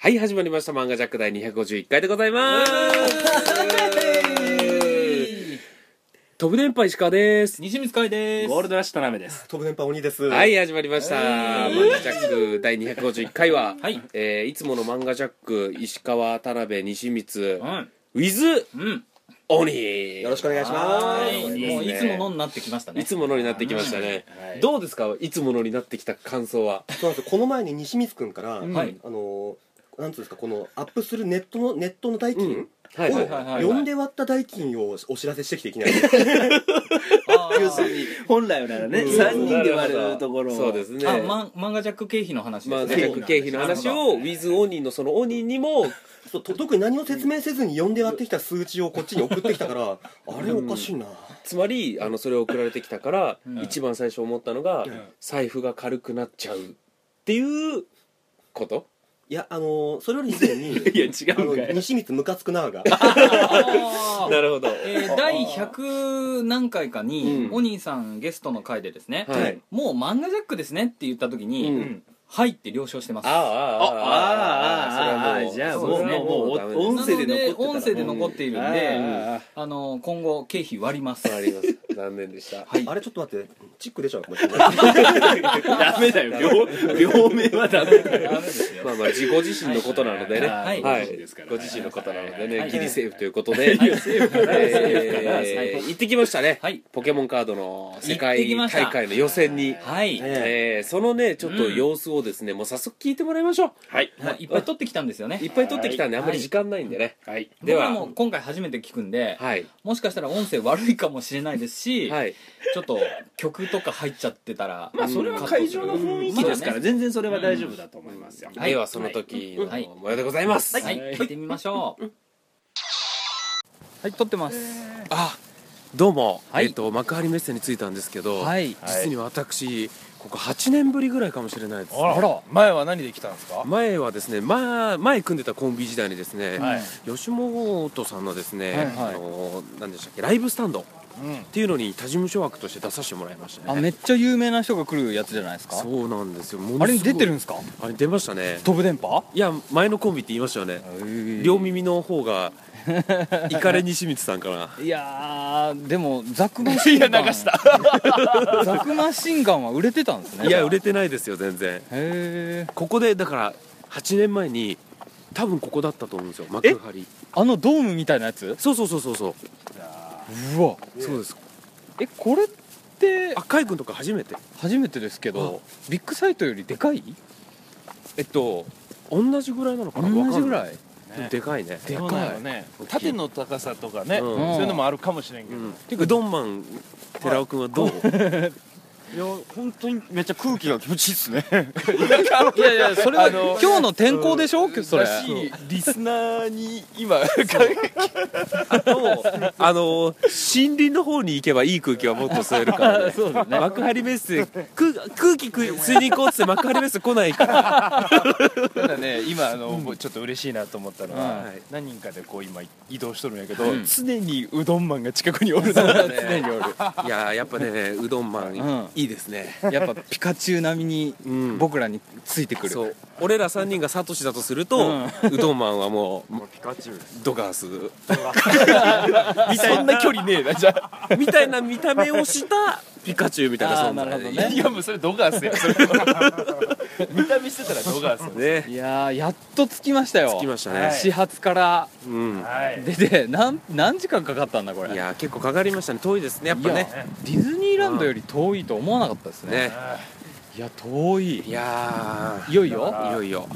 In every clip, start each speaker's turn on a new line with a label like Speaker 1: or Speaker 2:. Speaker 1: はい、始まりました。漫画ジャック第251回でございます。飛ぶ電波石川です。
Speaker 2: 西光海です
Speaker 3: ゴールドラッシュ田辺です。
Speaker 4: 飛ぶ電波鬼です。。
Speaker 1: はいい、始まりました。漫画ジャック第251回は、
Speaker 2: はい
Speaker 1: えーいつもの漫画ジャック、石川、田辺、西光
Speaker 2: う、ん
Speaker 1: with
Speaker 2: うん
Speaker 1: 鬼。
Speaker 4: よろしくお願いしま
Speaker 2: は
Speaker 4: す。
Speaker 2: い
Speaker 1: ね
Speaker 2: もういつものになってきましたね
Speaker 1: いつものになってきましたね。
Speaker 3: はい
Speaker 1: どうですかいつものになってきた感想は。
Speaker 4: そうなんですよ。この前に西光くんから、あの
Speaker 2: はい
Speaker 4: ーなんつうんですかこのアップするネットのネットの代金を
Speaker 1: はい、
Speaker 2: はいはい
Speaker 4: 呼んで割った代金をお知らせしてきていきなり。
Speaker 2: あー
Speaker 3: 要するに本来ならね、三人で割るところを。
Speaker 1: そうですね。
Speaker 2: あマン漫画ジャック経費の話で
Speaker 1: まあ、
Speaker 2: すね
Speaker 1: 全国経費の話を、
Speaker 2: なるほど
Speaker 1: with 鬼のその鬼にも、
Speaker 4: そうと特に何も説明せずに呼んで割ってきた数値をこっちに送ってきたから、あれおかしいな。
Speaker 1: つまりあのそれを送られてきたから、
Speaker 2: うん
Speaker 1: 一番最初思ったのが、財布が軽くなっちゃうっていうこと
Speaker 4: いやあのーそれより以前に。
Speaker 3: いや違うん
Speaker 4: あの
Speaker 3: かい。
Speaker 4: 西光ムカつくなーが
Speaker 2: あー
Speaker 1: るほど
Speaker 2: えー第100何回かに
Speaker 1: うん
Speaker 2: お兄さんゲストの回でですね
Speaker 1: はい
Speaker 2: もう漫画ジャックですねって言った時
Speaker 1: う
Speaker 2: に
Speaker 1: ん
Speaker 2: はいって了承してます
Speaker 1: ああああああ
Speaker 3: ああ
Speaker 1: あ
Speaker 3: ああああじゃあもう
Speaker 1: それはもう
Speaker 3: もう
Speaker 1: ダメ
Speaker 3: お
Speaker 1: です
Speaker 3: 音声で残って
Speaker 2: な
Speaker 3: たら
Speaker 2: の音声で残っているん
Speaker 3: う
Speaker 2: で
Speaker 3: ん
Speaker 2: あの今後経費割ります
Speaker 1: わかります残念でした
Speaker 2: はい
Speaker 4: あれちょっと待ってチック出ちゃうかもしれない
Speaker 3: ダメだよ。両両名はダメだよ。
Speaker 2: ダメですよ
Speaker 1: まあまあ自ご自身のことなのでね
Speaker 2: はいはい
Speaker 1: はいご自身のことなのでねギリセーフということでえー行ってきましたね
Speaker 2: はい
Speaker 1: ポケモンカードの世
Speaker 2: 行って
Speaker 1: 界
Speaker 2: きました
Speaker 1: 大会の予選に
Speaker 2: はい
Speaker 1: えーそのねちょっと様子をですねもう早速聞いてもらいましょう
Speaker 3: はい
Speaker 2: まあいっぱい取ってきたんですよね
Speaker 1: いっぱい撮ってきたんであんまり時間ないんでね
Speaker 3: はい。
Speaker 2: で
Speaker 1: では
Speaker 2: はもう今回初めて聞くんで、
Speaker 1: はい
Speaker 2: もしかしたら音声悪いかもしれないですし、
Speaker 1: はい
Speaker 2: ちょっと曲とか入っちゃってたら
Speaker 3: まあそれは会場の雰囲気ですか
Speaker 2: ま
Speaker 3: ら全然それは大丈夫だと思いますよ。
Speaker 1: ではその時
Speaker 2: はい
Speaker 1: の模様でございます、
Speaker 2: あねはい、行ってみましょうはい撮ってます
Speaker 1: あどうも、
Speaker 2: はい
Speaker 1: えっ、と幕張メッセに着いたんですけど、
Speaker 2: はい
Speaker 1: 実に私ここ8年ぶりぐらいかもしれないです、ね、
Speaker 5: あら前は何で来たんですか
Speaker 1: 前はですね、まあ、前組んでたコンビ時代にですね、
Speaker 5: はい
Speaker 1: 吉本さんのですね、
Speaker 5: はいはい
Speaker 1: あの何でしたっけライブスタンドっ
Speaker 5: うん
Speaker 1: ていうのに他事務所枠として出させてもらいました
Speaker 5: あ
Speaker 1: ね
Speaker 5: めっちゃ有名な人が来るやつじゃないですか
Speaker 1: そうなんですよものすご
Speaker 5: あ
Speaker 1: い
Speaker 5: れに出てるんですか
Speaker 1: あれ出ましたね
Speaker 5: 飛ぶ電波
Speaker 1: いや前のコンビって言いましたよね両耳の方がイカレ西光さんか ない
Speaker 5: やーでもザクマシンガンいや流した ザクマシンガンは売れてたんですね
Speaker 1: いや売
Speaker 5: れ
Speaker 1: れてないですよ全然
Speaker 5: へえ
Speaker 1: ここでだから8年前に多分ここだったと思うんですよ幕張
Speaker 5: あのドームみたいなやつ
Speaker 1: そうそうそうそうそう
Speaker 5: うわ
Speaker 1: そうです
Speaker 5: えこれって
Speaker 1: あ海君とか初めて
Speaker 5: 初めてですけどビッグサイトよりでかい
Speaker 1: えっと同じぐらいなのかな
Speaker 5: 同じぐ
Speaker 1: わ
Speaker 5: らい
Speaker 1: かんないでかいね
Speaker 5: で
Speaker 6: そうな
Speaker 5: か
Speaker 6: の
Speaker 5: い
Speaker 6: ね縦の高さとかね、
Speaker 1: うん
Speaker 6: そういうのもあるかもしれんけ
Speaker 1: う
Speaker 6: ど、
Speaker 1: んていうかドンマン寺尾君はどう
Speaker 6: いや本当にめっちゃ空気が気持ちいいっす ね
Speaker 5: いやいやそれは今日の天候でしょそれ
Speaker 6: だしリスナーに今
Speaker 1: あと あの森林の方に行けばいい空気はもっと吸えるからね
Speaker 5: そうだね
Speaker 1: 幕張メッセ空空気く吸いに行こうっつって幕張メッセ来ないから
Speaker 6: ただね今あの、ちょっと嬉しいなと思ったのは、
Speaker 1: はい
Speaker 6: 何人かでこう今移動しとるんやけど、常にうどんマンが近くにおるな
Speaker 5: 常にお る
Speaker 1: いやーやっぱねうどんマン、
Speaker 5: うん
Speaker 1: いいですね
Speaker 5: やっぱピカチュウ並みに
Speaker 1: うん
Speaker 5: 僕らについてくる、
Speaker 1: そう俺ら3人がサトシだとすると、うどんマンはもう
Speaker 6: ピカチュウ
Speaker 1: ドガース
Speaker 6: そんな距離ねえなじゃあ
Speaker 1: みたいな見た目をしたピカチュウみたいな存在
Speaker 5: あーなるほどね
Speaker 6: いやもうそれドガ ースやそれは見た目してたらドガースや
Speaker 1: ね
Speaker 5: いやーやっと着きましたよ
Speaker 1: 着きましたね
Speaker 5: 始発から
Speaker 1: うん
Speaker 6: はい
Speaker 5: 出て何何時間かかったんだこれ
Speaker 1: いやー結構かかりましたね遠いですねやっぱね
Speaker 5: いやディズニーランドより遠いと思わなかったですね
Speaker 1: ね
Speaker 5: いや遠い
Speaker 1: いや
Speaker 5: いよい
Speaker 6: だか
Speaker 5: よ
Speaker 1: ーいよいよ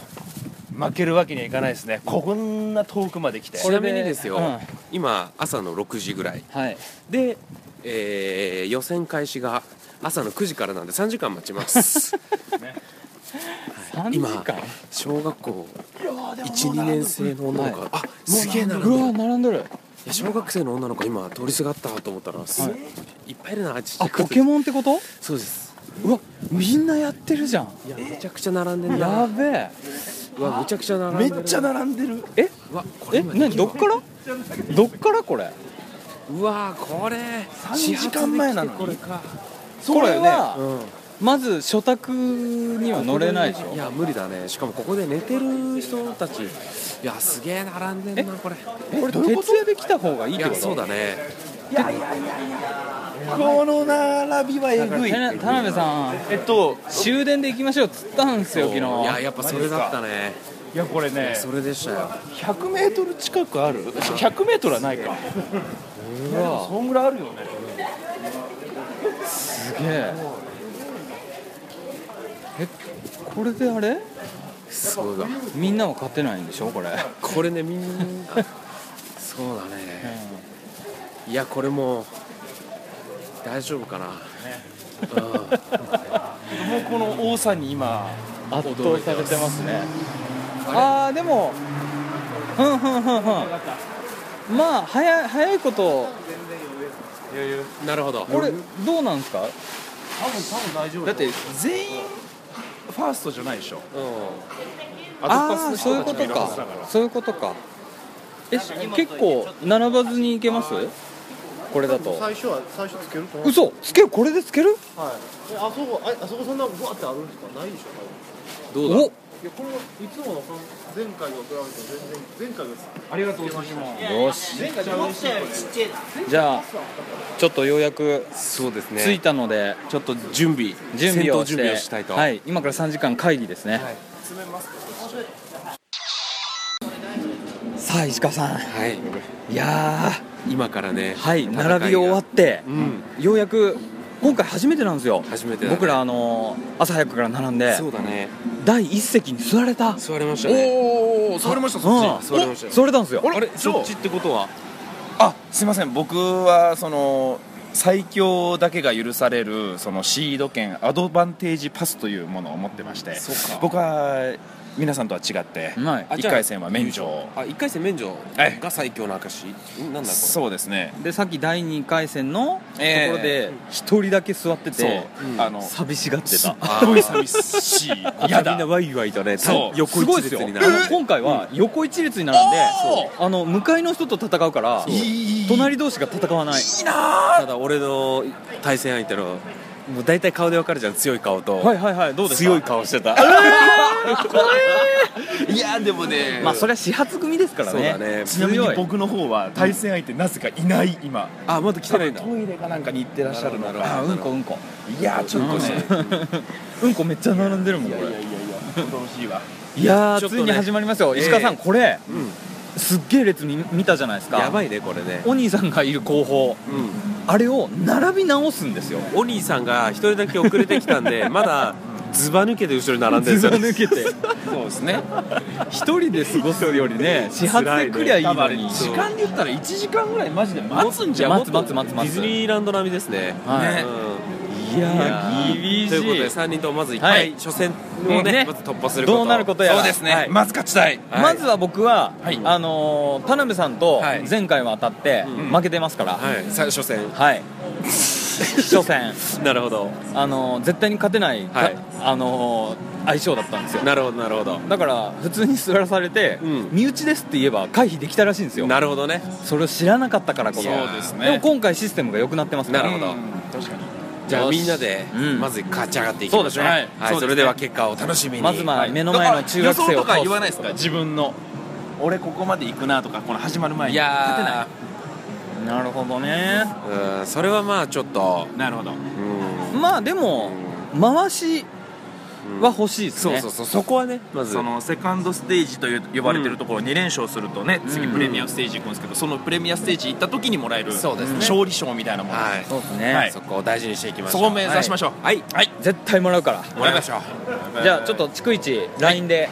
Speaker 6: 負けるわけにはいかないですねこんな遠くまで来て
Speaker 1: ちなみにですよ、
Speaker 5: うん
Speaker 1: 今朝の6時ぐらい
Speaker 5: はい
Speaker 1: で、えー予選開始が朝の9時からなんで3時間待ちます
Speaker 5: 3時間
Speaker 1: 小学校12年生の女の子、
Speaker 5: は
Speaker 1: あすげえ並んで
Speaker 5: う
Speaker 1: る
Speaker 5: わ並んでる
Speaker 1: いや小学生の女の子今通りすがったと思ったら、す、
Speaker 5: はい
Speaker 1: っぱいいるなちっちゃ
Speaker 5: あ
Speaker 1: い子
Speaker 5: ポケモンってこと
Speaker 1: そうです
Speaker 5: うわみんなやってるじゃん
Speaker 1: いやめちゃくちゃ並んでん
Speaker 5: や
Speaker 1: な
Speaker 5: べえ
Speaker 1: うわめちゃくちゃ並ん
Speaker 6: め
Speaker 1: でる
Speaker 6: っちゃ並んでる
Speaker 5: え
Speaker 1: うわこれ
Speaker 5: え
Speaker 1: 今
Speaker 5: 何どっからどっからこれ
Speaker 1: うわこれ
Speaker 6: 3時間前なのに
Speaker 1: これか
Speaker 5: これは
Speaker 6: うん
Speaker 5: まず初宅には乗れないでし
Speaker 1: い
Speaker 5: ょ
Speaker 1: や無理だねしかもここで寝てる人たちいやすげえ並んでんなこれ
Speaker 5: これ徹夜で来た方がいいっ
Speaker 1: い
Speaker 5: て
Speaker 1: や
Speaker 5: こ
Speaker 1: そう
Speaker 5: と
Speaker 1: だね
Speaker 6: この並びはえぐい
Speaker 5: 田田辺さん
Speaker 6: えっと
Speaker 5: 終電で行きましょうっつったんですよ昨
Speaker 1: いや
Speaker 5: 日
Speaker 1: やっぱそれだったね
Speaker 6: いやこれね
Speaker 1: それでしたよ
Speaker 6: 100m 近くある 100m はないかそんぐらいあるよね
Speaker 5: すげええこれであれ
Speaker 1: すごいわ
Speaker 5: みんなは勝てないんでしょこれ
Speaker 1: これねみんなそうだねいやこれもう大丈夫かな、うん
Speaker 6: もうこの多さに今
Speaker 5: 圧倒されてますねああでもふんふんふんふんまあ早い早いこと
Speaker 1: なるほど
Speaker 5: これどうなんですか
Speaker 6: だって全員ファーストじゃないでしょ
Speaker 5: ああーそういうことかそういうことかえし結構並ばずに行けますこれだと
Speaker 7: 最初は最初つけると思う
Speaker 5: 嘘つけるこれでつける
Speaker 7: はいえあそこああそこそんなぶわってあるんですかないでしょ多分
Speaker 1: どうだ
Speaker 5: お
Speaker 7: いやこれはいつもの感前回の比べても全然前回が
Speaker 5: よしじゃあちょっとようやく
Speaker 1: そうです
Speaker 5: 着いたので、
Speaker 1: ちょっと準備
Speaker 5: 準備を
Speaker 1: 戦闘
Speaker 5: して
Speaker 1: 準備をしたいと、
Speaker 5: はい、今から3時間会議ですね、さあ石川さん
Speaker 1: はい
Speaker 5: いや
Speaker 1: 今からね
Speaker 5: ーはい
Speaker 1: 戦が
Speaker 5: 並びを終わって
Speaker 1: うん
Speaker 5: ようやく今回初めてなんですよ
Speaker 1: 初めてだね
Speaker 5: 僕らあのー朝早くから並んで
Speaker 1: そうだね
Speaker 5: 第一席に座れた
Speaker 1: 座れましたね
Speaker 6: おお座りましたそっ
Speaker 5: うん
Speaker 1: 座れましたよ
Speaker 5: お座れたんですよ
Speaker 1: あれそっちってことは
Speaker 6: あすいません僕はその最強だけが許されるそのシード権アドバンテージパスというものを持ってまして
Speaker 1: そうか
Speaker 6: 僕は皆さんとは違って
Speaker 5: はい
Speaker 1: あ
Speaker 6: 1
Speaker 1: じゃあ
Speaker 6: 回戦は免除
Speaker 1: あ一回戦免除
Speaker 6: はい
Speaker 1: が最強の証んなんだこれ
Speaker 6: そうですね
Speaker 5: でさっき第2回戦のとこ
Speaker 6: えー
Speaker 5: ろで一人だけ座って
Speaker 6: そう
Speaker 5: て、
Speaker 6: あのす
Speaker 5: 寂しがってた
Speaker 6: っごい寂し い やだ
Speaker 1: みんなワイワイとね
Speaker 6: そう
Speaker 1: 横
Speaker 5: すごい
Speaker 1: 一
Speaker 5: です
Speaker 1: 列
Speaker 5: よ
Speaker 1: にな
Speaker 5: あ
Speaker 1: る
Speaker 5: の今回は横一列に並んで、あの向かいの人と戦うから隣同士が戦わない
Speaker 1: ただ俺の対戦相手のもう大体顔でわかるじゃん強い顔と、
Speaker 5: はいはいはいどうですか
Speaker 1: 強い顔してたいやでもね
Speaker 5: まあそれは始発組ですからね
Speaker 1: そうだね
Speaker 6: ちなみ
Speaker 5: 強
Speaker 6: に
Speaker 5: い
Speaker 6: 僕の方は対戦相手なぜかいない今
Speaker 1: あまだ来てないんだ
Speaker 6: トイレかなんかに行ってらっしゃるの
Speaker 1: なるほ
Speaker 6: か
Speaker 5: あうんこうんこ
Speaker 6: いやちょっとね
Speaker 5: うんこめっちゃ並んでるもんこれいや
Speaker 6: 恐ろしいわ
Speaker 5: ー
Speaker 1: ちょっ
Speaker 5: つ
Speaker 1: とね
Speaker 5: いに始まりますよ、
Speaker 1: ええ
Speaker 5: 石川さんこれ、
Speaker 1: ん
Speaker 5: すっげえ列見見たじゃないですか
Speaker 1: やばいねこれね
Speaker 5: お兄さんがいる後方
Speaker 1: うん
Speaker 5: あれを並び直すんですよ
Speaker 1: お兄さんが一人だけ遅れてきた んでまだズバ抜けて後ろに並んでるんです
Speaker 5: ずば
Speaker 1: よ
Speaker 5: 抜けて
Speaker 6: そうですね
Speaker 5: 一人で過ごすよりね始発で来りゃいい
Speaker 6: 多分あ
Speaker 5: の
Speaker 6: れ
Speaker 5: に
Speaker 6: 時間で言ったら1時間ぐらいマジで待
Speaker 1: 待
Speaker 6: つ
Speaker 1: つん
Speaker 5: じゃん
Speaker 1: もっと
Speaker 5: 待つ待つ待つ待つ
Speaker 1: ディズニーランド並みですね
Speaker 5: はい
Speaker 1: うん
Speaker 5: いやー厳
Speaker 1: ということで
Speaker 5: し
Speaker 1: 3人ともまず一
Speaker 5: は
Speaker 1: 回、
Speaker 5: い
Speaker 1: 初戦をね
Speaker 5: ね
Speaker 1: まず突破す
Speaker 5: い
Speaker 1: ること
Speaker 5: どうなることやら
Speaker 6: そうですね、
Speaker 5: はい
Speaker 6: まず勝ちたい
Speaker 1: はい
Speaker 5: まずは僕は、
Speaker 6: はい
Speaker 5: あのー田辺さんと
Speaker 1: はい
Speaker 5: 前回は当たって
Speaker 1: うん
Speaker 5: 負けてますから、
Speaker 1: はいさ初戦
Speaker 5: はい初戦、
Speaker 1: なるほど
Speaker 5: あのー絶対に勝てない、か
Speaker 1: はい
Speaker 5: あのー相性だったんですよ
Speaker 1: なるほどなるほど
Speaker 5: だから普通に座らされて、
Speaker 1: うん
Speaker 5: 身内ですって言えば回避できたらしいんですよ
Speaker 1: なるほどね
Speaker 5: それを知らなかったからこそ
Speaker 1: いやーそうです
Speaker 6: ね
Speaker 5: でも今回システムが良くなってますから
Speaker 1: なるほど
Speaker 6: 確かに
Speaker 1: じゃあ
Speaker 5: よし
Speaker 1: みんなで
Speaker 5: うん
Speaker 1: まず勝ち上がっていきましょ
Speaker 5: そ
Speaker 1: う
Speaker 5: うですねはい
Speaker 1: はい、それでは結果を楽しみに
Speaker 5: まずまあ目の前の中学生を
Speaker 6: 予想とか
Speaker 5: 通す
Speaker 6: 言わないですか自分の俺ここまで行くなとかこの始まる前に
Speaker 1: いや
Speaker 5: なるほどね
Speaker 1: ーうんそれはまあちょっと
Speaker 6: なるほど
Speaker 1: うん
Speaker 5: まあでも回しは欲しいです
Speaker 1: そう
Speaker 5: ね
Speaker 1: そうそうそこはねまず
Speaker 6: そのセカンドステージという呼ばれてるところ2連勝するとね、次プレミアステージ行くんですけどそのプレミアステージ行った時にもらえる
Speaker 1: そうですね
Speaker 6: 勝利賞みたいなもの、
Speaker 1: はい
Speaker 5: そうですね、
Speaker 6: はい
Speaker 1: そこを大事にしていきましょ
Speaker 6: そうこを目指しましょう
Speaker 1: はい
Speaker 6: はい、
Speaker 5: 絶対もらうから
Speaker 1: もらいましょう
Speaker 5: じゃあちょっと逐一 LINE で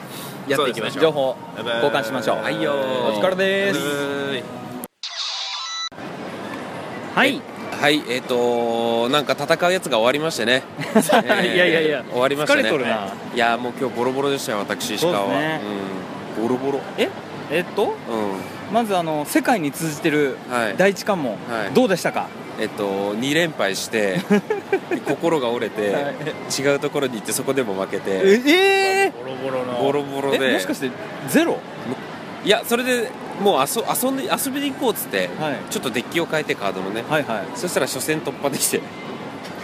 Speaker 1: やっていきましょう
Speaker 5: 情報交換しましょう
Speaker 1: はいよー
Speaker 5: お疲れです
Speaker 1: は
Speaker 2: はい
Speaker 1: ーいはいえっ、となんか戦うやつが終わりましてね、
Speaker 2: いやいやいや
Speaker 1: 終わりましたね
Speaker 2: 疲れとるない
Speaker 1: やもう今日ボロボロでしたよ私石川
Speaker 2: そ
Speaker 1: は
Speaker 2: うですね
Speaker 1: うん、ボロボロ
Speaker 2: えっと
Speaker 1: うん
Speaker 5: まずあの世界に通じてる
Speaker 1: はい
Speaker 5: 第一関門、
Speaker 1: はい
Speaker 5: どうでしたか、
Speaker 1: えっと、2連敗して 心が折れて、
Speaker 5: はい
Speaker 1: 違うところに行ってそこでも負け
Speaker 5: え
Speaker 1: て
Speaker 5: え
Speaker 6: ボロボロ
Speaker 1: ボ
Speaker 6: の
Speaker 1: ロボロ
Speaker 5: え
Speaker 1: で
Speaker 5: もしかしてゼロ
Speaker 1: いやそれでもう遊遊んで遊びに行こうっつって、
Speaker 5: はい
Speaker 1: ちょっとデッキを変えてカードのね
Speaker 5: はいはい
Speaker 1: そしたら初戦突破できて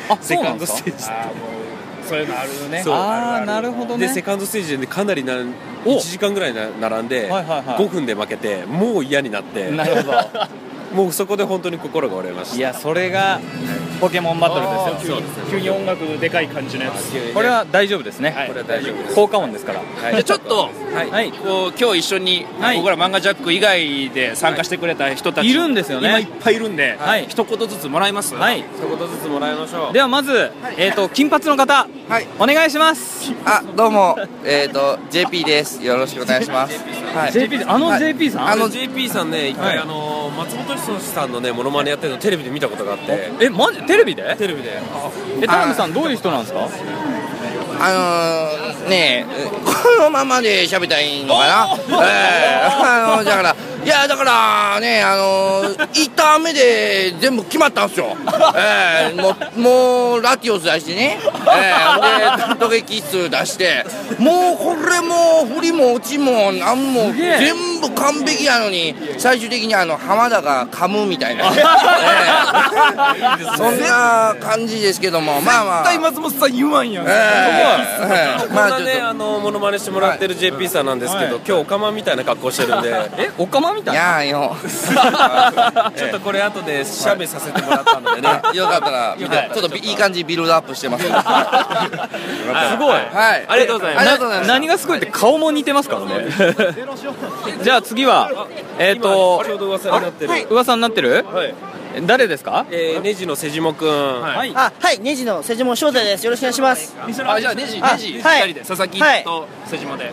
Speaker 5: あ
Speaker 1: セ
Speaker 5: そう
Speaker 1: カ
Speaker 5: な
Speaker 1: ン
Speaker 5: ん
Speaker 1: ド
Speaker 5: です
Speaker 1: ス
Speaker 5: か
Speaker 1: テージ
Speaker 6: あーもう
Speaker 2: そういうのあるね
Speaker 1: そう
Speaker 5: ああなるほどね
Speaker 1: でセカンドステージでかなりな
Speaker 5: お
Speaker 1: 1時間ぐらいな並んで、
Speaker 5: はいはいはい
Speaker 1: 5分で負けてもう嫌になって
Speaker 5: なるほど
Speaker 1: もうそこで本当に心が折れまし
Speaker 5: いやそれがポケモンバトル
Speaker 2: あ
Speaker 5: で
Speaker 2: ー
Speaker 5: す
Speaker 2: 急
Speaker 5: よ
Speaker 2: に急に音楽でかい感じのやつ
Speaker 1: た
Speaker 5: これは大丈夫ですね、
Speaker 2: はいこれは
Speaker 1: 大丈夫です
Speaker 5: 効果音ですから
Speaker 1: はい
Speaker 3: じゃあちょっと、
Speaker 5: はい、
Speaker 3: こう今日一緒に、
Speaker 5: はい
Speaker 3: 僕ら漫画ジャック以外で参加してくれた人たち
Speaker 5: いるんですよね
Speaker 3: 今いっぱいいるんで、
Speaker 5: はい
Speaker 3: 一言ずつもらいます
Speaker 5: はい
Speaker 1: 一言ずつもらいましょう
Speaker 5: ではまず、えっ、と金髪の方、
Speaker 8: はい
Speaker 5: お願いします
Speaker 8: あ、どうも、えっ、と、JP です。よろしくお願いします。はい。
Speaker 5: JP あの
Speaker 8: はい
Speaker 5: JP さん、
Speaker 8: あの
Speaker 1: JP さんね一回、あの松本人志さんのねモノマネやってるのテレビで見たことがあって
Speaker 5: えマジテレビで
Speaker 1: テレビで
Speaker 5: え田辺さんどういう人なんですか
Speaker 8: あのー、ねえ、このままで喋ったらいいのかなええあのだから、いや、だからね、あのー、1ターン目で全部決まったんすよ。ええもう、もう、ラティオス出してね、ええで、トゲキス出して、もうこれも、振りも落ちも、なんも、
Speaker 5: げえ
Speaker 8: 全部完璧やのに、最終的にあの、浜田が噛むみ たいな。ええそんな感じですけども、まあまあ。
Speaker 6: 松本さん言わんやん
Speaker 8: ええええ
Speaker 1: ま
Speaker 8: まあ
Speaker 1: あ
Speaker 8: ちょっと
Speaker 1: ねあのモノマネしてもらってる JP さんなんですけど、今日おかまみたいな格好して るんで
Speaker 5: えおかまみたいな
Speaker 8: やーよ
Speaker 1: ちょっとこれ後でしゃべさせてもらったのでね、
Speaker 8: よかったら見てちょっといい感じにビルドアッ プしてますはい
Speaker 5: すごい
Speaker 8: はい
Speaker 1: ありがとうございます
Speaker 8: ありがとうございます
Speaker 5: 何がすごいって顔も似てますからね じゃあ次はえっ、と
Speaker 1: ちょうど噂になってる、
Speaker 5: 噂になってる、誰ですか
Speaker 1: えー、ネジの瀬下くん、
Speaker 5: はい
Speaker 9: あ、はい、ネジの瀬島翔太です。よろしくお願いします。
Speaker 3: あじゃあネジ
Speaker 9: あ
Speaker 3: ネジ二
Speaker 9: はい
Speaker 3: 人で佐々木
Speaker 9: はい
Speaker 3: と瀬島で、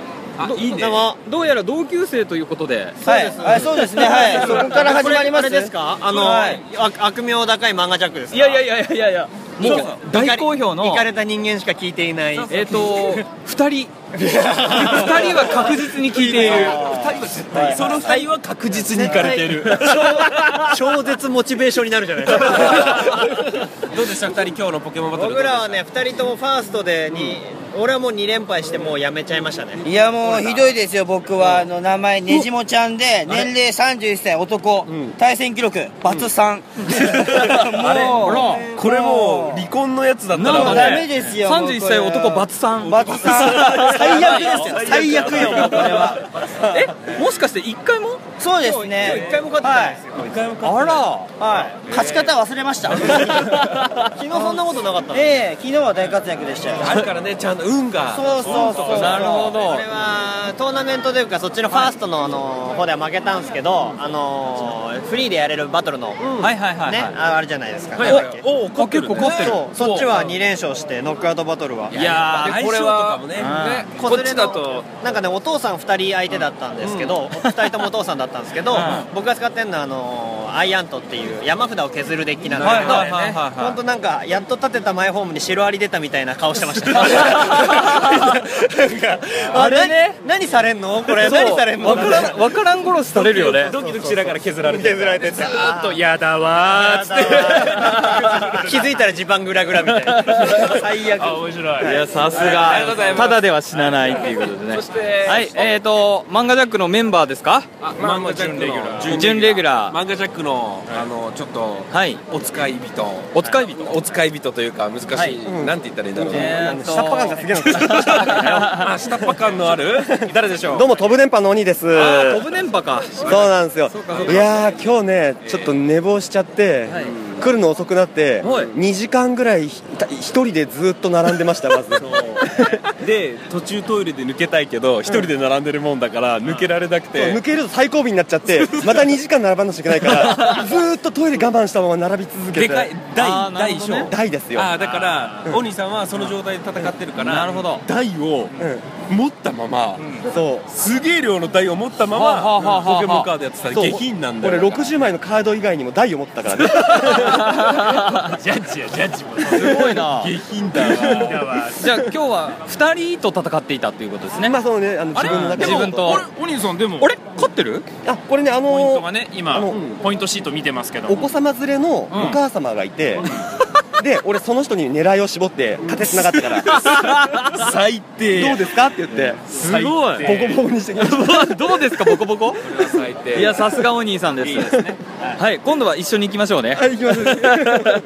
Speaker 5: どどうやら同級生ということで
Speaker 9: はい、はい、そうですね。はい、そこから始まります。ですか？あの、
Speaker 10: 悪名高い漫画ジャックです
Speaker 5: いやいやいやいやいやもう大好評の
Speaker 10: 行かれた人間しか聞いていない
Speaker 5: えっ、と 2人二人は確実に聞いている
Speaker 1: その二人は確実に行かれてる
Speaker 10: 超絶モチベーションになるじゃないですか
Speaker 1: どうでした二人今日のポケモンバトル
Speaker 10: 僕らはね2人ともファーストでに、俺はもう2連敗してもうやめちゃいましたね
Speaker 9: いやもうひどいですよ。僕はあの名前ネジモちゃんで年齢三十一歳男、対戦記録バツ 三。 もう
Speaker 1: これもう離婚のやつだったら
Speaker 5: な
Speaker 1: も
Speaker 5: んか
Speaker 1: う
Speaker 9: ダ
Speaker 5: ね
Speaker 1: ね
Speaker 9: メですよ。
Speaker 5: 31歳
Speaker 9: もうこれ
Speaker 5: 男バツさん
Speaker 9: バツ三。最悪ですよ。最悪よ。もうこれは。
Speaker 5: えもしかして1回も
Speaker 9: そうですね。一回も勝ってないですよ。
Speaker 5: あら
Speaker 9: はい。勝ち方忘れました。 昨日そんなことなかった。ええ、昨日は大活躍でしたよ。
Speaker 1: あるからねちゃんと運が
Speaker 9: そうそうそうそう。
Speaker 5: なるほど
Speaker 10: これはトーナメントというかそっちのファーストの、あの方では負けたんですけど、あのフリーでやれるバトルの、
Speaker 5: はいはいはい
Speaker 10: ね、
Speaker 5: は
Speaker 10: ああれじゃないですか、
Speaker 5: い
Speaker 10: なんだっけ
Speaker 5: おお結構凝ってる
Speaker 10: そうそっちは2連勝してノックアウトバトルはい
Speaker 1: やーこれはねこっちだと
Speaker 10: なんかねお父さん2人相手だったんですけど、お二人ともお父さんだったんですけど、僕が使ってるのはあのーアイアントっていう山札を削るデッキなんですけど、
Speaker 5: はいはいはいはい
Speaker 10: 本当なんかやっと立てたマイホームにシロアリ出たみたいな顔してました
Speaker 5: あれね
Speaker 10: 何何されんのこれ何されんの
Speaker 5: わからんわからん殺しされるよね
Speaker 1: ドキドキしながら削られて
Speaker 10: 削られてずーっと
Speaker 3: やだわ
Speaker 10: やだわー気づいたら地盤グラグラみたいな最悪
Speaker 3: 面白い
Speaker 5: いやさすがただでは死なないっていうことでねはいえっ、と漫画ジャックのメンバーですか
Speaker 1: 漫画ジャックの
Speaker 5: 準レギュラー
Speaker 1: 漫画ジャックのあのちょっと
Speaker 5: はい
Speaker 1: お使い人
Speaker 5: お使い人
Speaker 1: お使い人というか難しい、なんて言ったらいいんだろう、
Speaker 5: 下っ端感がすげえ
Speaker 1: あ下っ端感のある 誰でしょう
Speaker 4: どうも、飛ぶ電波の鬼です。
Speaker 5: 飛ぶ電波か
Speaker 4: そうなんですよ。いやー、今日ね、ちょっと寝坊しちゃって、来るの遅くなって、
Speaker 1: はい
Speaker 4: 2時間ぐらいひた一人でずっと並んでました、まず。
Speaker 1: で途中トイレで抜けたいけど一人で並んでるもんだから抜けられなく
Speaker 4: そう抜けると最後尾になっちゃって、また2時間並ばなきゃいけない から、ずーっとトイレ我慢したまま並び続けて。
Speaker 1: でかい
Speaker 5: あー
Speaker 1: 大
Speaker 5: なる
Speaker 1: 大
Speaker 5: ほ
Speaker 1: 小
Speaker 5: どね
Speaker 4: 大ですよ。
Speaker 1: あーだから鬼さんはその状態で戦ってるから
Speaker 5: なるほど
Speaker 1: 台を持ったまま、
Speaker 4: そう。
Speaker 1: すげえ量の台を持ったま
Speaker 5: はあはあはあ
Speaker 1: ま
Speaker 5: はあ
Speaker 1: ポケモンカードやってたら下品なんだよ
Speaker 4: 俺60枚のカード以外にも台を持ってた からね
Speaker 3: ジャッジやジャッジも
Speaker 5: すごいな
Speaker 1: 下品だわ
Speaker 5: じゃあ今日は2人と戦っていたということですね
Speaker 4: まあそのねあの自分の中で
Speaker 5: 自分と
Speaker 3: お兄さんでも
Speaker 5: あれ勝ってる
Speaker 4: あこれねあ
Speaker 3: ポイント
Speaker 4: の
Speaker 3: がね今
Speaker 4: あの
Speaker 3: ポイントシート見てますけど
Speaker 4: お子様連れのお母様がいて、で俺その人に狙いを絞って盾つながったから「
Speaker 1: 最低
Speaker 4: どうですか?」って言って
Speaker 5: すごい
Speaker 4: ボコボコにしてきまし た
Speaker 5: どうですかボコボコ
Speaker 1: 最低
Speaker 5: いやさすがお兄さんですはい今度は一緒に行きましょうね
Speaker 4: はい行きます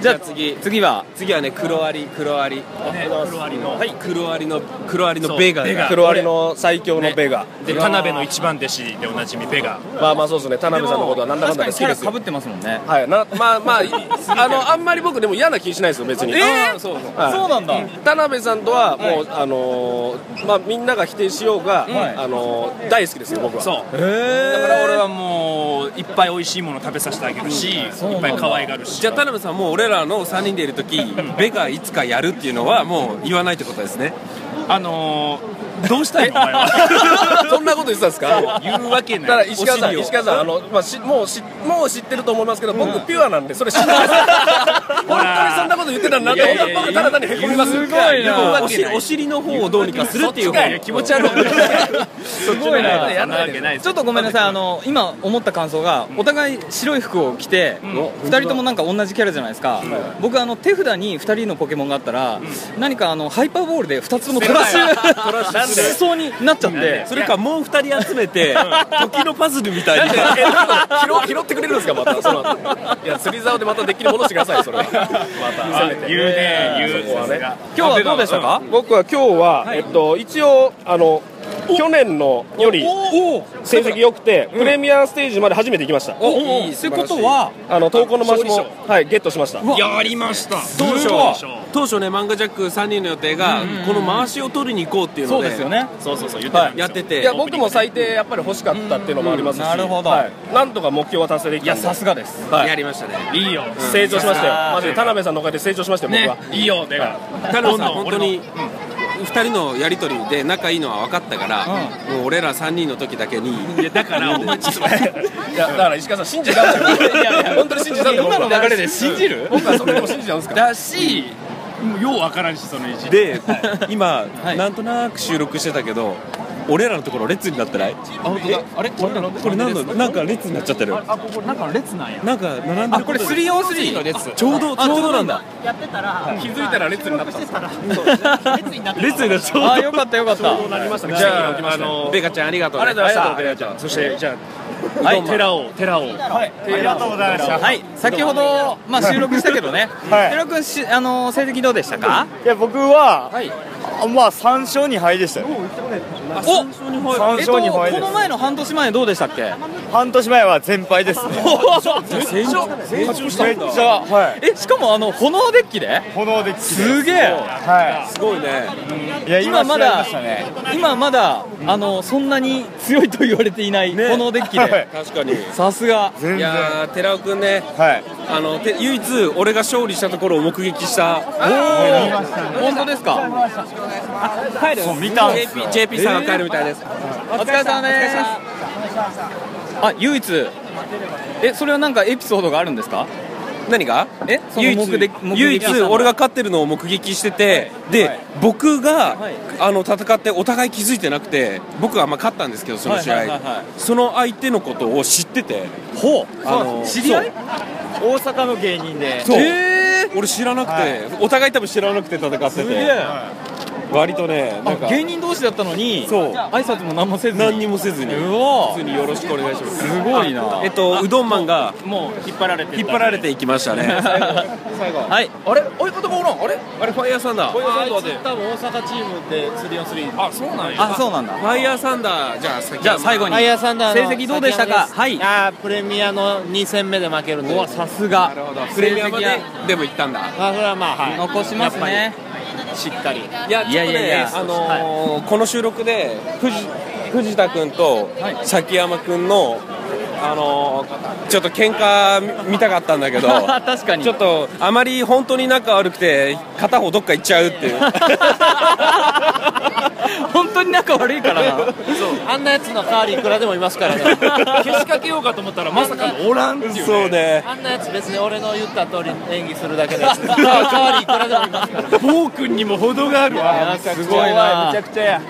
Speaker 1: じゃあ次次は次はね黒アリ黒アリ黒アリのはい黒アリの黒アリのベガが
Speaker 11: 黒アリの最強のベガ、
Speaker 12: で田辺の一番弟子でおなじみベガ
Speaker 11: まあまあそうですね田辺さんのことはなんだかんだで好きですよ
Speaker 5: ってますもんね
Speaker 11: はいなまあまあ あのあんまり僕でも嫌な気しないですよ別に
Speaker 5: えーそうなんだ
Speaker 11: 田辺さんとはもう、あのーまあみんなが否定しようが、あのー大好きですよ僕は
Speaker 12: そうだから俺はもういっぱい美味しいもの食べさせてあげるし、いっぱい可愛がるし
Speaker 1: じゃあ田辺さんもう俺らの3人でいる時ベガいつかやるっていうのはもう言わないってことですね
Speaker 12: あのどうしたいのお前
Speaker 11: は そんなこと言ってたんですか
Speaker 12: 言うわけ
Speaker 11: だから
Speaker 12: ない
Speaker 11: 石川さん
Speaker 12: お尻を
Speaker 11: 石川さんあの、まあ、しもうしもう知ってると思いますけど僕ピュアなんでそれ知 らない本当にそんなこと言ってたんだって
Speaker 1: いやいや
Speaker 11: 本当に僕ただ単にへこみますよ
Speaker 1: すごいな
Speaker 11: 言 うわ
Speaker 1: お
Speaker 11: け
Speaker 1: 尻
Speaker 11: ない
Speaker 1: お尻の方をどうにかするっていう方
Speaker 11: そっちかい気持ち悪い
Speaker 5: すごいな
Speaker 11: やんなわけ
Speaker 5: ちょっとごめんなさいあの今思った感想がお互い白い服を着て2人ともなんか同じキャラじゃないですか僕あの手札に2人のポケモンがあったら何かあのハイパーボールで2つともトラッシュしそうになっちゃって
Speaker 1: それかもう2人集めて時のパズルみたいに
Speaker 11: 拾拾ってくれるんですかまたその後いや釣り竿でまたデッキに戻してくださいそれまた
Speaker 12: 言うね言う
Speaker 11: そこはね
Speaker 5: 今日はどうでしたか
Speaker 11: 僕は今日は、えっと、一応あの去年のより成績良くてプレミアステージまで初めて行きました
Speaker 5: おいいってことは
Speaker 11: あの投稿の回し
Speaker 1: 勝
Speaker 11: も
Speaker 1: 利、
Speaker 11: はい、ゲットしました
Speaker 1: や
Speaker 12: りました
Speaker 1: 当初
Speaker 11: すごい
Speaker 1: 当初ねマンガジャック3人の予定がこの回しを取りに行こうっていうので
Speaker 12: そうそうそう言ってた
Speaker 1: はいやってて
Speaker 11: いや僕も最低やっぱり欲しかったっていうのもありますし、
Speaker 1: うんなるほど
Speaker 11: はいなんとか目標は達成できたんで、
Speaker 1: いやさすがですやりましたね
Speaker 12: いいよ
Speaker 11: 成長しましたよ
Speaker 1: さすが
Speaker 11: マジで田辺さんのおかげで成長しましたよ僕は、
Speaker 12: いいよでが
Speaker 1: 田辺さん本当に2人のやり取りで仲いいのは分かったからもう俺ら3人の時だけに
Speaker 12: いやだからお前ちょっと待って
Speaker 11: いやだから石川さん信じたんですよ本当に信じたんで
Speaker 5: 今の流れで信じる僕はそれでも
Speaker 11: 信じたんです
Speaker 12: かだしもうようわからんしその意地
Speaker 1: で今なんとなく収録してたけど俺らのところ列になってない
Speaker 12: あ本当だあれこれなん
Speaker 1: これなんだなんか列になっちゃってる
Speaker 12: あここなんか列なんや
Speaker 1: なんか並んでる
Speaker 12: あこれ3
Speaker 1: の列ちょうどちょうどなんだ
Speaker 10: やってたら
Speaker 11: 気づいたら列になったんですよ
Speaker 10: 列になって
Speaker 1: 列になっちゃう
Speaker 5: あよかったよかった
Speaker 1: じゃああのベカちゃんありがとうね
Speaker 12: ありがとうございました
Speaker 1: ありがとうベカちゃん
Speaker 12: そしてじゃあ
Speaker 1: はい
Speaker 12: 寺尾寺尾はい
Speaker 5: ありがとうございました。はい、先ほど、まあ、収録したけどね。 はい。寺尾君、し、あのー、成績どうでしたか。
Speaker 13: いや僕は、あまあ三勝二敗でしたよ。
Speaker 5: お、
Speaker 13: 三
Speaker 5: えっ
Speaker 13: 勝二敗
Speaker 5: と、
Speaker 13: です
Speaker 5: この前の半年前どうでしたっ け。
Speaker 13: 半年前は全敗ですね。
Speaker 5: 成長成長
Speaker 13: めっちゃはい。
Speaker 5: え、しかも、あの、炎デッキで。
Speaker 13: 炎デッキ。
Speaker 5: すげえ。
Speaker 13: はい。
Speaker 1: すごいね。
Speaker 13: いや
Speaker 5: 今
Speaker 13: 今
Speaker 5: ま
Speaker 13: まだ
Speaker 5: だ。今まだ、あの、そんなに強いと言われていない、炎デッキで。
Speaker 1: 確かに
Speaker 5: さすが。
Speaker 1: いやー寺尾君ね、あのて唯一俺が勝利したところを目撃した
Speaker 5: 本当ですか。帰る。
Speaker 1: 見た JP, JP さんが帰るみたいです、
Speaker 5: お疲れ様です。あ、唯一。え、それはなんかエピソードがあるんですか。
Speaker 1: 何が。
Speaker 5: え、その
Speaker 1: 唯一
Speaker 5: 目撃
Speaker 1: 唯一俺。
Speaker 5: 目撃
Speaker 1: が勝ってるのを目撃してて、で、僕が、あの戦ってお互い気づいてなくて僕がまあ勝ったんですけどその試合、
Speaker 5: はいはいはいはい
Speaker 1: その相手のことを知ってて
Speaker 5: ほう
Speaker 1: あ
Speaker 13: そう
Speaker 1: の
Speaker 13: 知り合い
Speaker 1: そう
Speaker 13: 大阪の芸人で。
Speaker 1: そう俺知らなくて、お互い多分知らなくて戦って
Speaker 5: げ
Speaker 1: て
Speaker 5: え
Speaker 1: 割とねなんか
Speaker 5: 芸人同士だったのに
Speaker 1: そう
Speaker 5: 挨拶も何もせずに
Speaker 1: 何にもせずに
Speaker 5: うわ
Speaker 1: 普通によろしくお願いします
Speaker 5: すごいな
Speaker 1: あえっとうどんマンが
Speaker 12: もう引っ張られて
Speaker 1: 引っ張られていきましたね
Speaker 7: 最後
Speaker 5: はい
Speaker 1: あれおいこともおらんあれあれファイヤーサンダー
Speaker 7: こういうことで多分大阪チームで 3on3
Speaker 1: あそうなん
Speaker 5: あそうなんだ
Speaker 1: ファイヤーサンダーじゃあ先
Speaker 5: じゃあ最後に
Speaker 7: ファイヤーサンダーの
Speaker 5: 成績どうでしたか
Speaker 7: 崎山ですあープレミアの2戦目で負けるという
Speaker 5: さすが
Speaker 1: プレミアまででも行ったんだ
Speaker 7: あそれはまあはい
Speaker 5: 残しますね
Speaker 7: しっかり
Speaker 1: いやちょっとね
Speaker 5: いやいやいや
Speaker 1: あのーこの収録で藤藤田君と崎山君のあのーちょっと喧嘩見見たかったんだけど
Speaker 5: 確かに
Speaker 1: ちょっとあまり本当に仲悪くて片方どっか行っちゃうっていう
Speaker 5: 本当に仲悪いからな
Speaker 7: あんなやつの代わりいくらでもいますから ね
Speaker 12: 消しかけようかと思ったらまさかのおらんっていうね
Speaker 1: そうね
Speaker 7: あんなやつ別に俺の言った通り演技するだ けのやつ代わりいくらでもいますから
Speaker 12: 暴君にも程があるわ
Speaker 5: すごいな
Speaker 7: くちゃや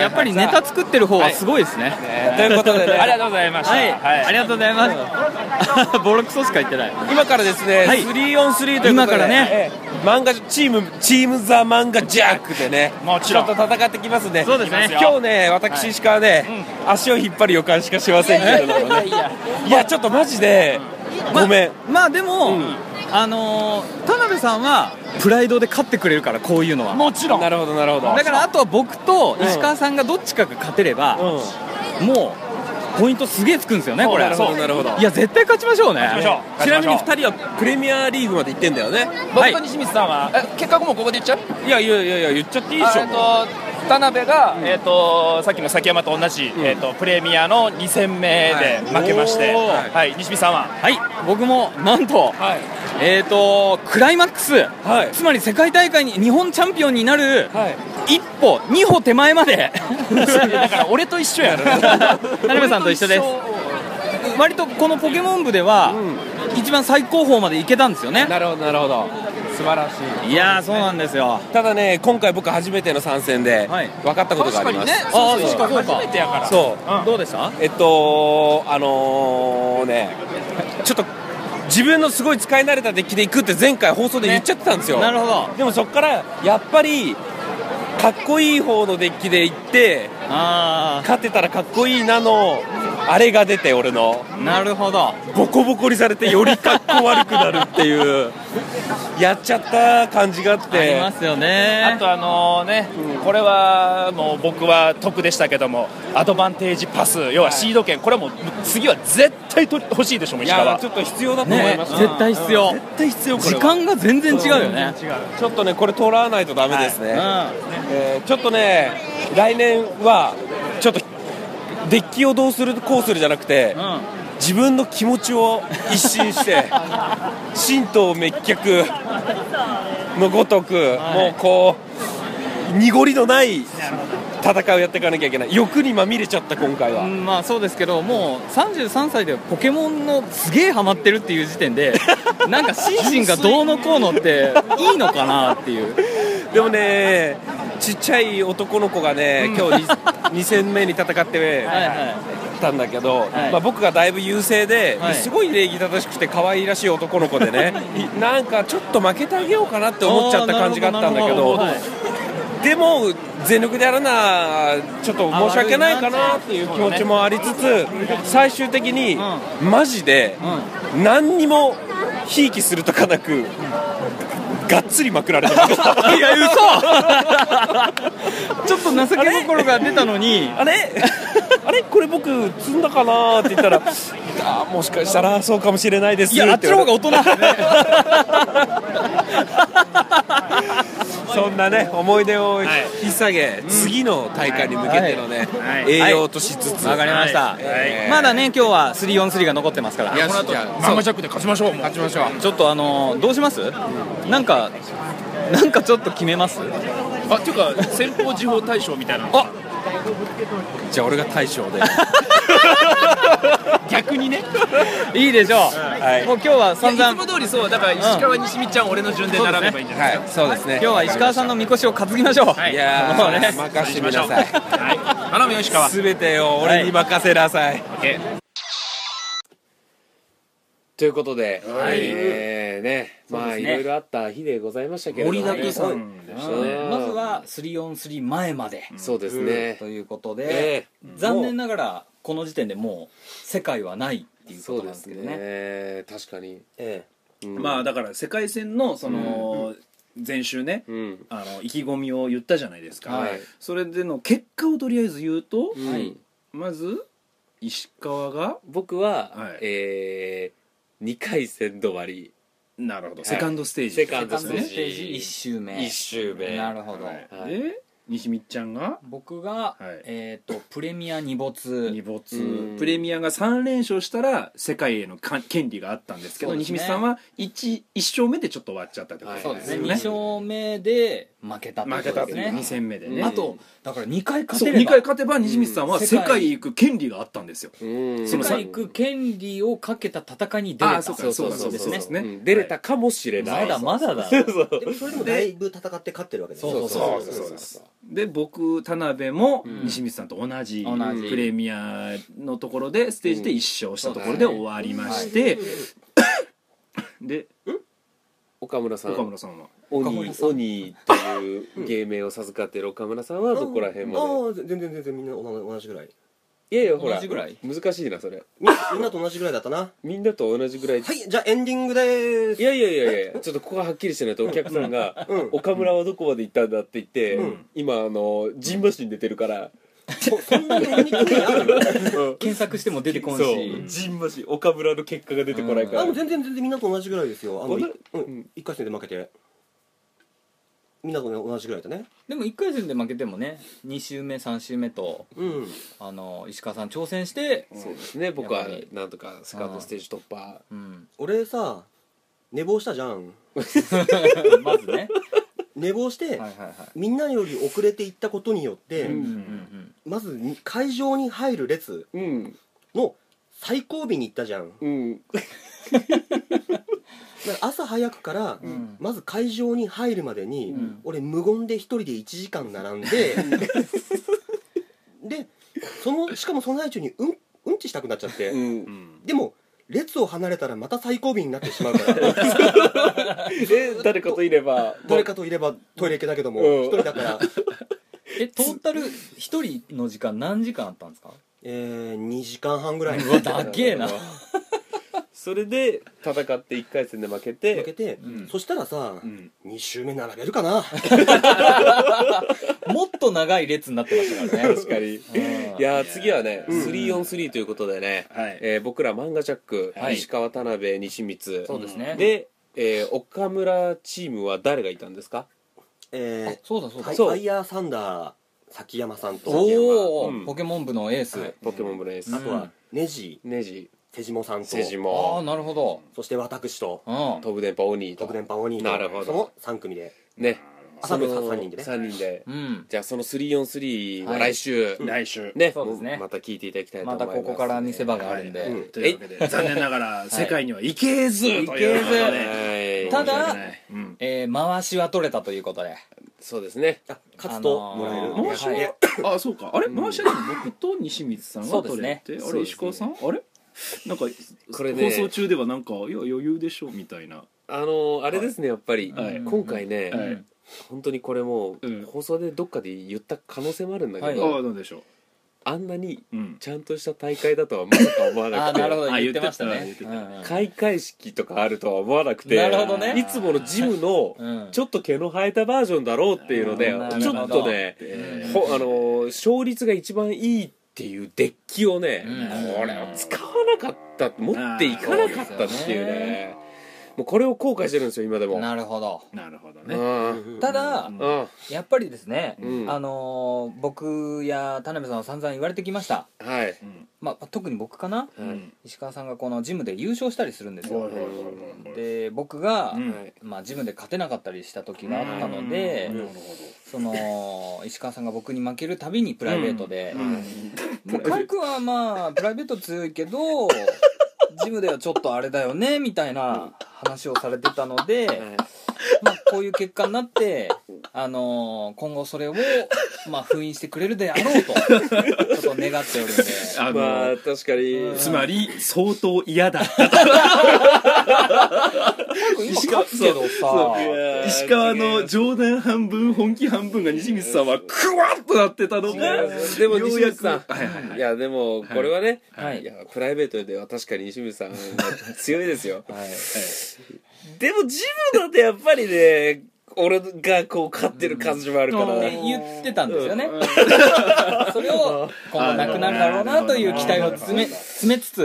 Speaker 5: やっぱりネタ作ってる方はすごいですね
Speaker 1: ということでね
Speaker 12: ありがとうございました
Speaker 5: はい
Speaker 12: はい
Speaker 5: ありがとうございますボロクソしか言ってない
Speaker 1: 今からですね、
Speaker 5: はい
Speaker 1: 3on3 ということで
Speaker 5: 今からね
Speaker 1: ええ漫画チームチームザ漫画ジャックでね
Speaker 12: もちろん
Speaker 1: ょっと戦ってきますんで
Speaker 5: そうですね
Speaker 1: 今日ね私石川ね、足を引っ張る予感しかしませんけれどもねいやちょっとマジでごめん
Speaker 5: まあでもあのー田辺さんはプライドで勝ってくれるからこういうのは
Speaker 11: もちろん
Speaker 5: なるほどなるほ
Speaker 11: ど
Speaker 5: だからあとは僕と石川さんがどっちかが勝てれば、もうポイントすげえつくんですよねこれ
Speaker 1: なるほどなるほど
Speaker 5: いや絶対勝ちましょうね
Speaker 1: ちなみに2人はプレミアリーグまで行ってんだよね
Speaker 11: 僕と西光さんは、え結果もうここで言っちゃう
Speaker 1: いやいやいやいや言っちゃっていいでしょ
Speaker 11: えっと田辺が、えっとさっきの崎山と同じ、えっとプレミアの2戦目で負けまして、
Speaker 5: お
Speaker 11: は
Speaker 5: ー
Speaker 11: い西見さんは、
Speaker 5: はい僕もなんと、えっ、とクライマックス、つまり世界大会に日本チャンピオンになる、一歩二歩手前までだから俺と一緒 やろ田辺さんと一緒です割とこのポケモン部では、一番最高峰まで行けたんですよねなるほどなるほど
Speaker 1: 素晴らし
Speaker 5: いやーそうなんですよ
Speaker 1: ただね今回僕初めての参戦で分かったことがあり
Speaker 5: 確かに
Speaker 1: ます、
Speaker 5: ねそうそうそう初めてやから
Speaker 1: そう、
Speaker 5: どうでした
Speaker 1: えっとあのーねちょっと自分のすごい使い慣れたデッキで行くって前回放送で言っちゃってたんですよ、
Speaker 5: ねなるほど
Speaker 1: でもそこからやっぱりかっこいい方のデッキで行って勝てたらかっこいいなのあれが出て俺の
Speaker 5: なるほど
Speaker 1: ボコボコにされてよりかっこ悪くなるっていう やっちゃった感じがあって
Speaker 11: あり
Speaker 5: ますよね
Speaker 11: あとあのね、これはもう僕は得でしたけどもアドバンテージパス要はシード権これはもう次は絶対取り欲しいでしょう
Speaker 1: い
Speaker 11: 石川
Speaker 1: やちょっと必要だと思います、
Speaker 5: ね絶対必要
Speaker 1: うん絶対必要これは
Speaker 5: 時間が全然違うよね
Speaker 1: そうちょっとねこれ取らないとダメですね、
Speaker 5: は
Speaker 1: えーちょっとね来年はちょっとデッキをどうするこうするじゃなくて、自分の気持ちを一新して神道滅却のごとく、もうこう濁りのない戦いをやっていかなきゃいけない欲にまみれちゃった今回は、
Speaker 5: うんまあそうですけどもう33歳でポケモンのすげえハマってるっていう時点でなんか心身がどうのこうのっていいのかなっていう
Speaker 1: でもねちっちゃい男の子がね今日 2, 戦目に戦ってたんだけど、まあ、僕がだいぶ優勢で、
Speaker 5: はい
Speaker 1: すごい礼儀正しくて可愛らしい男の子でねなんかちょっと負けてあげようかなって思っちゃった感じがあったんだ
Speaker 5: あ
Speaker 1: けど
Speaker 5: ーなるほどなる
Speaker 1: でも全力でやるなちょっと申し訳ないかなっていう気持ちもありつつ最終的にマジで何にもひいきするとかなくがっつりまくられてまし た。
Speaker 5: いや嘘ちょっと情け心が出たのに
Speaker 1: あれ あれこれ僕積んだかなって言ったらあーもしかしたらそうかもしれないです
Speaker 5: いやあっちの方が大人だね
Speaker 1: そんなね思い出を引っ提げ、次の大会に向けてのね、
Speaker 5: い
Speaker 1: 栄養としつつ
Speaker 5: わかりました、
Speaker 1: え ー
Speaker 5: まだね今日は343が残ってますから
Speaker 1: いや
Speaker 5: この後
Speaker 1: じゃあ
Speaker 5: そう
Speaker 1: マンマ
Speaker 11: ジャックで勝ちましょう勝ちましょう
Speaker 5: ちょっとあのーどうしますなんかなんかちょっと決めます
Speaker 11: あっていうか先方時報大賞みたいなあ
Speaker 1: じゃあ俺が大将で
Speaker 11: 逆にね
Speaker 5: いいでしょう、
Speaker 1: はい
Speaker 5: もう今日は散々
Speaker 11: いつも通り そうだから石川西見ちゃん、俺の順で並べばいいんじゃないですか、
Speaker 1: そうですね
Speaker 5: 今日は石川さんのみこしを担ぎましょう、
Speaker 1: いや
Speaker 5: もう
Speaker 1: ー、
Speaker 5: ね
Speaker 1: 任してみなさい
Speaker 11: 頼むよ石川
Speaker 1: すべてを俺に任せなさい、ということで、
Speaker 14: はい
Speaker 1: えーねま
Speaker 5: そうで
Speaker 1: あ
Speaker 5: す
Speaker 1: い
Speaker 5: ね
Speaker 1: ろいろあった日でございましたけれども
Speaker 5: まずは343前まで
Speaker 1: そうですね
Speaker 5: ということで、残念ながらこの時点でもう世界はないっていうことなんですけどね
Speaker 1: えー確かに
Speaker 6: まあだから世界戦のその前週ね、あの意気込みを言ったじゃないですか、
Speaker 1: はい
Speaker 6: それでの結果をとりあえず言うと、
Speaker 1: ん
Speaker 6: まず石川が
Speaker 1: 僕は、えー、2回戦止まり
Speaker 6: なるほど
Speaker 1: はい
Speaker 6: セカンドステージ
Speaker 1: セカンドステージ
Speaker 6: セカンドステージ
Speaker 5: 一周目
Speaker 1: 一周目
Speaker 5: なるほど、
Speaker 1: はい
Speaker 6: で西光ちゃんが
Speaker 5: 僕が、えっ、とプレミア2没
Speaker 6: 二没
Speaker 5: うん
Speaker 6: プレミアが3連勝したら世界へのか権利があったんですけど
Speaker 5: そうです
Speaker 6: 西
Speaker 5: ね
Speaker 6: 光さんは 1, 一勝目でちょっと終わっちゃったってことですよ
Speaker 5: 2
Speaker 6: ね
Speaker 5: 勝目で負けたってことですね
Speaker 6: 負けたっていう二戦目でね
Speaker 5: あとだから2回勝
Speaker 6: そう
Speaker 5: てれば
Speaker 6: 2回勝てば西光さんは
Speaker 5: うん
Speaker 6: 世界へ行く権利があったんですよ、
Speaker 5: 世
Speaker 6: さ
Speaker 5: 界行く権利をかけた戦いに出れた
Speaker 6: あそうかそうかそうかそうですね
Speaker 1: うん出れたかもしれない、
Speaker 5: まだまだだ
Speaker 1: そうそう
Speaker 4: でもそれでもだいぶ戦って勝ってるわけです
Speaker 6: そうそうそうそうそうで僕田辺も西光さんと同じ
Speaker 5: 同じ
Speaker 6: プレミアのところでステージで1勝したところで終わりまして、で
Speaker 1: 岡村さん
Speaker 6: 岡村さんは
Speaker 1: 鬼鬼という芸名を授かっている岡村さんはどこら辺まで
Speaker 4: ああ全然全然みんな同じぐらい
Speaker 1: いやいやほら
Speaker 4: 同じぐらい
Speaker 1: 難しいなそれ
Speaker 4: みみんなと同じぐらいだったな
Speaker 1: みんなと同じぐらいはい
Speaker 4: じゃあエンディングでーす
Speaker 1: いやいやいやいやちょっとここははっきりしないとお客さんが「岡村はどこまで行ったんだ」って言って、今あの陣馬市に出てるから、
Speaker 5: 検索しても出てこん
Speaker 1: そ
Speaker 5: し
Speaker 1: う陣馬市岡村の結果が出てこないから、
Speaker 4: あもう全然全然みんなと同じぐらいですよあのい
Speaker 1: 同
Speaker 4: うん一回戦で負けてみんなと同じぐらいだね
Speaker 5: でも1回戦で負けてもね2周目3周目と、
Speaker 4: うん
Speaker 5: あの石川さん挑戦して
Speaker 1: そうですね僕はなんとかスカートステージ突破
Speaker 4: 俺さ寝坊したじゃん
Speaker 5: まずね
Speaker 4: 寝坊して、みんなより遅れて行ったことによって、
Speaker 5: うんうん
Speaker 4: まずに会場に入る列の最後尾に行ったじゃん、だから朝早くから、まず会場に入るまでに、俺無言で一人で1時間並んで、でそのしかもその最中にうんうんちしたくなっちゃって、でも列を離れたらまた最後尾になってしまうから
Speaker 1: で誰かといれば
Speaker 4: 誰かといればトイレ行けたけども
Speaker 5: うん
Speaker 4: 一人だから
Speaker 5: えトータル1人の時間何時間あったんですか
Speaker 4: えー、2時間半ぐらいう
Speaker 5: わだっけえな
Speaker 1: それで戦って1回戦で負けて
Speaker 4: 負けて、そしたらさ、二2周目並べるかな
Speaker 5: もっと長い列になってましたからね
Speaker 1: 確かにいやー次はね 3on3 ということでね、えー僕ら漫画ジャック、
Speaker 5: はい
Speaker 1: 石川田辺西光
Speaker 5: そうですね
Speaker 1: で、えー岡村チームは誰がいたんですか
Speaker 4: えー、
Speaker 5: そうだそうだ
Speaker 4: はい
Speaker 1: そう
Speaker 4: ファイヤーサンダー崎山さんと
Speaker 5: おお、
Speaker 4: うん
Speaker 5: ポケモン部のエース、
Speaker 1: ポケモン部のエース
Speaker 4: あとはネジ
Speaker 1: ネジ
Speaker 4: 手島さんと
Speaker 1: 瀬
Speaker 5: ああ
Speaker 1: 島
Speaker 5: なるほど
Speaker 4: そして私と
Speaker 5: うん
Speaker 1: 飛ぶ電波鬼と
Speaker 4: 特電波鬼と
Speaker 1: なるほど
Speaker 4: その3組で
Speaker 1: ね
Speaker 4: あ三人三人でね
Speaker 1: 3人で、
Speaker 5: うん
Speaker 1: じゃあその 3on3 は
Speaker 5: はい
Speaker 1: 来週、
Speaker 12: 来週
Speaker 1: ね
Speaker 5: そうですね
Speaker 1: また聞いていただきたいと
Speaker 5: ま
Speaker 1: 思
Speaker 5: た
Speaker 1: います
Speaker 5: ここから見せ場があるんで、
Speaker 1: うん
Speaker 12: というわけで残念ながら世界には行けずということ
Speaker 5: 行けず
Speaker 12: で
Speaker 5: た
Speaker 12: 申し
Speaker 5: だ
Speaker 12: 訳ない、
Speaker 5: えー回しは取れたということで
Speaker 1: そうですね
Speaker 5: 勝
Speaker 1: つともらえる
Speaker 12: 回しはあそうかあれ回しは僕と西光さんが取れて、
Speaker 1: そうですね
Speaker 12: あれ石川さんあれなんか
Speaker 1: これね
Speaker 12: 放送中ではなんかいや余裕でしょみたいな
Speaker 1: あのーあれですねやっぱり、
Speaker 12: はい
Speaker 1: 今回ね、
Speaker 12: はい
Speaker 1: 本当にこれもう、放送でどっかで言った可能性もあるんだけど、
Speaker 12: はいああなんでしょう
Speaker 1: あんなにちゃんとした大会だとはまさか思わなく て
Speaker 5: あなるほど言ってましたね
Speaker 1: 開会式とかあるとは思わなくて
Speaker 5: なるほどね
Speaker 1: いつものジムのちょっと毛の生えたバージョンだろうっていうので
Speaker 5: あーな
Speaker 1: ち
Speaker 5: る
Speaker 1: ょ
Speaker 5: ほ
Speaker 1: っ
Speaker 5: ど
Speaker 1: とねほあのー勝率が一番いいっていうデッキをねこれを使わなかった持っていかなかった
Speaker 5: あーそ
Speaker 1: っていう
Speaker 5: うですよ
Speaker 1: ねもうこれを後悔してるんですよ今でも
Speaker 5: なるほど
Speaker 12: なるほど
Speaker 1: ね
Speaker 5: ただ、
Speaker 1: うん
Speaker 5: やっぱりですね、
Speaker 1: うん
Speaker 5: あのー僕や田辺さんは散々言われてきました、
Speaker 1: はい
Speaker 5: まあ、特に僕かな、石川さんがこのジムで優勝したりするんですよ、で僕が、まあ、ジムで勝てなかったりした時があったので、その石川さんが僕に負けるたびにプライベートで、もうカクはまあプライベート強いけどジムではちょっとあれだよねみたいな話をされてたので、まあ、こういう結果になって、あのー今後それを、まあ、封印してくれるであろうとちょっと願っておるんで
Speaker 12: あの
Speaker 1: まあ確かに
Speaker 12: つまり相当嫌だ
Speaker 5: 石川つけどさ
Speaker 12: そう石川の冗談半分本気半分が西光さんはクワッとなってたのが
Speaker 1: でも
Speaker 12: よ
Speaker 1: 西
Speaker 12: うや
Speaker 1: 水
Speaker 12: く
Speaker 1: さん、いやでもこれはね、
Speaker 5: はい
Speaker 1: い、やプライベートでは確かに西水 さんは強いですよ、でもジムだとやっぱりね俺がこう勝ってる感じもあるから、
Speaker 5: ね言ってたんですよね、 それを今後なくなるだろうなという期待を詰め詰めつつ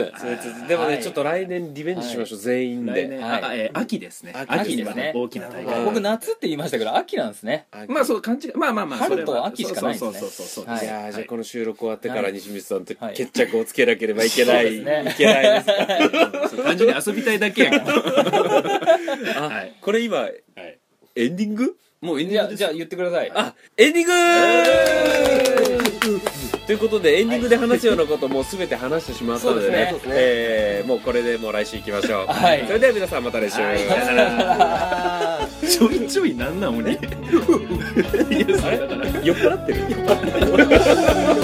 Speaker 1: でもね、
Speaker 5: はい
Speaker 1: ちょっと来年リベンジしましょう、全員
Speaker 12: 来
Speaker 1: で
Speaker 12: 年あえー秋ですね
Speaker 5: 秋ですね
Speaker 12: 大きな大
Speaker 5: 僕
Speaker 12: 会
Speaker 5: 夏って言いましたけど秋なんですね
Speaker 12: まあそう勘違いまあまあまあそれ
Speaker 5: 春
Speaker 12: は
Speaker 5: と秋しかないですね
Speaker 12: そうそうそうそう
Speaker 5: はい
Speaker 1: やーじゃあこの収録終わってか
Speaker 5: は
Speaker 1: ら
Speaker 5: い
Speaker 1: 西水さんと決着をつけなければいけない、
Speaker 5: そうですね
Speaker 1: いけないです
Speaker 12: そう単純に遊びたいだけやから
Speaker 1: あ、これ今、エンディング
Speaker 12: もうエン
Speaker 1: ディング
Speaker 5: じゃあ言ってください
Speaker 1: あエンディングということでエンディングで話すようなこともう全て話してしまったのでね,、
Speaker 5: そうですね
Speaker 1: えーもうこれでもう来週行きましょう、
Speaker 5: はい
Speaker 1: それでは皆さんまた来週、
Speaker 5: はい
Speaker 1: さよなら
Speaker 12: ちょいちょいなんなん俺いやそれだから
Speaker 1: 酔っ払ってる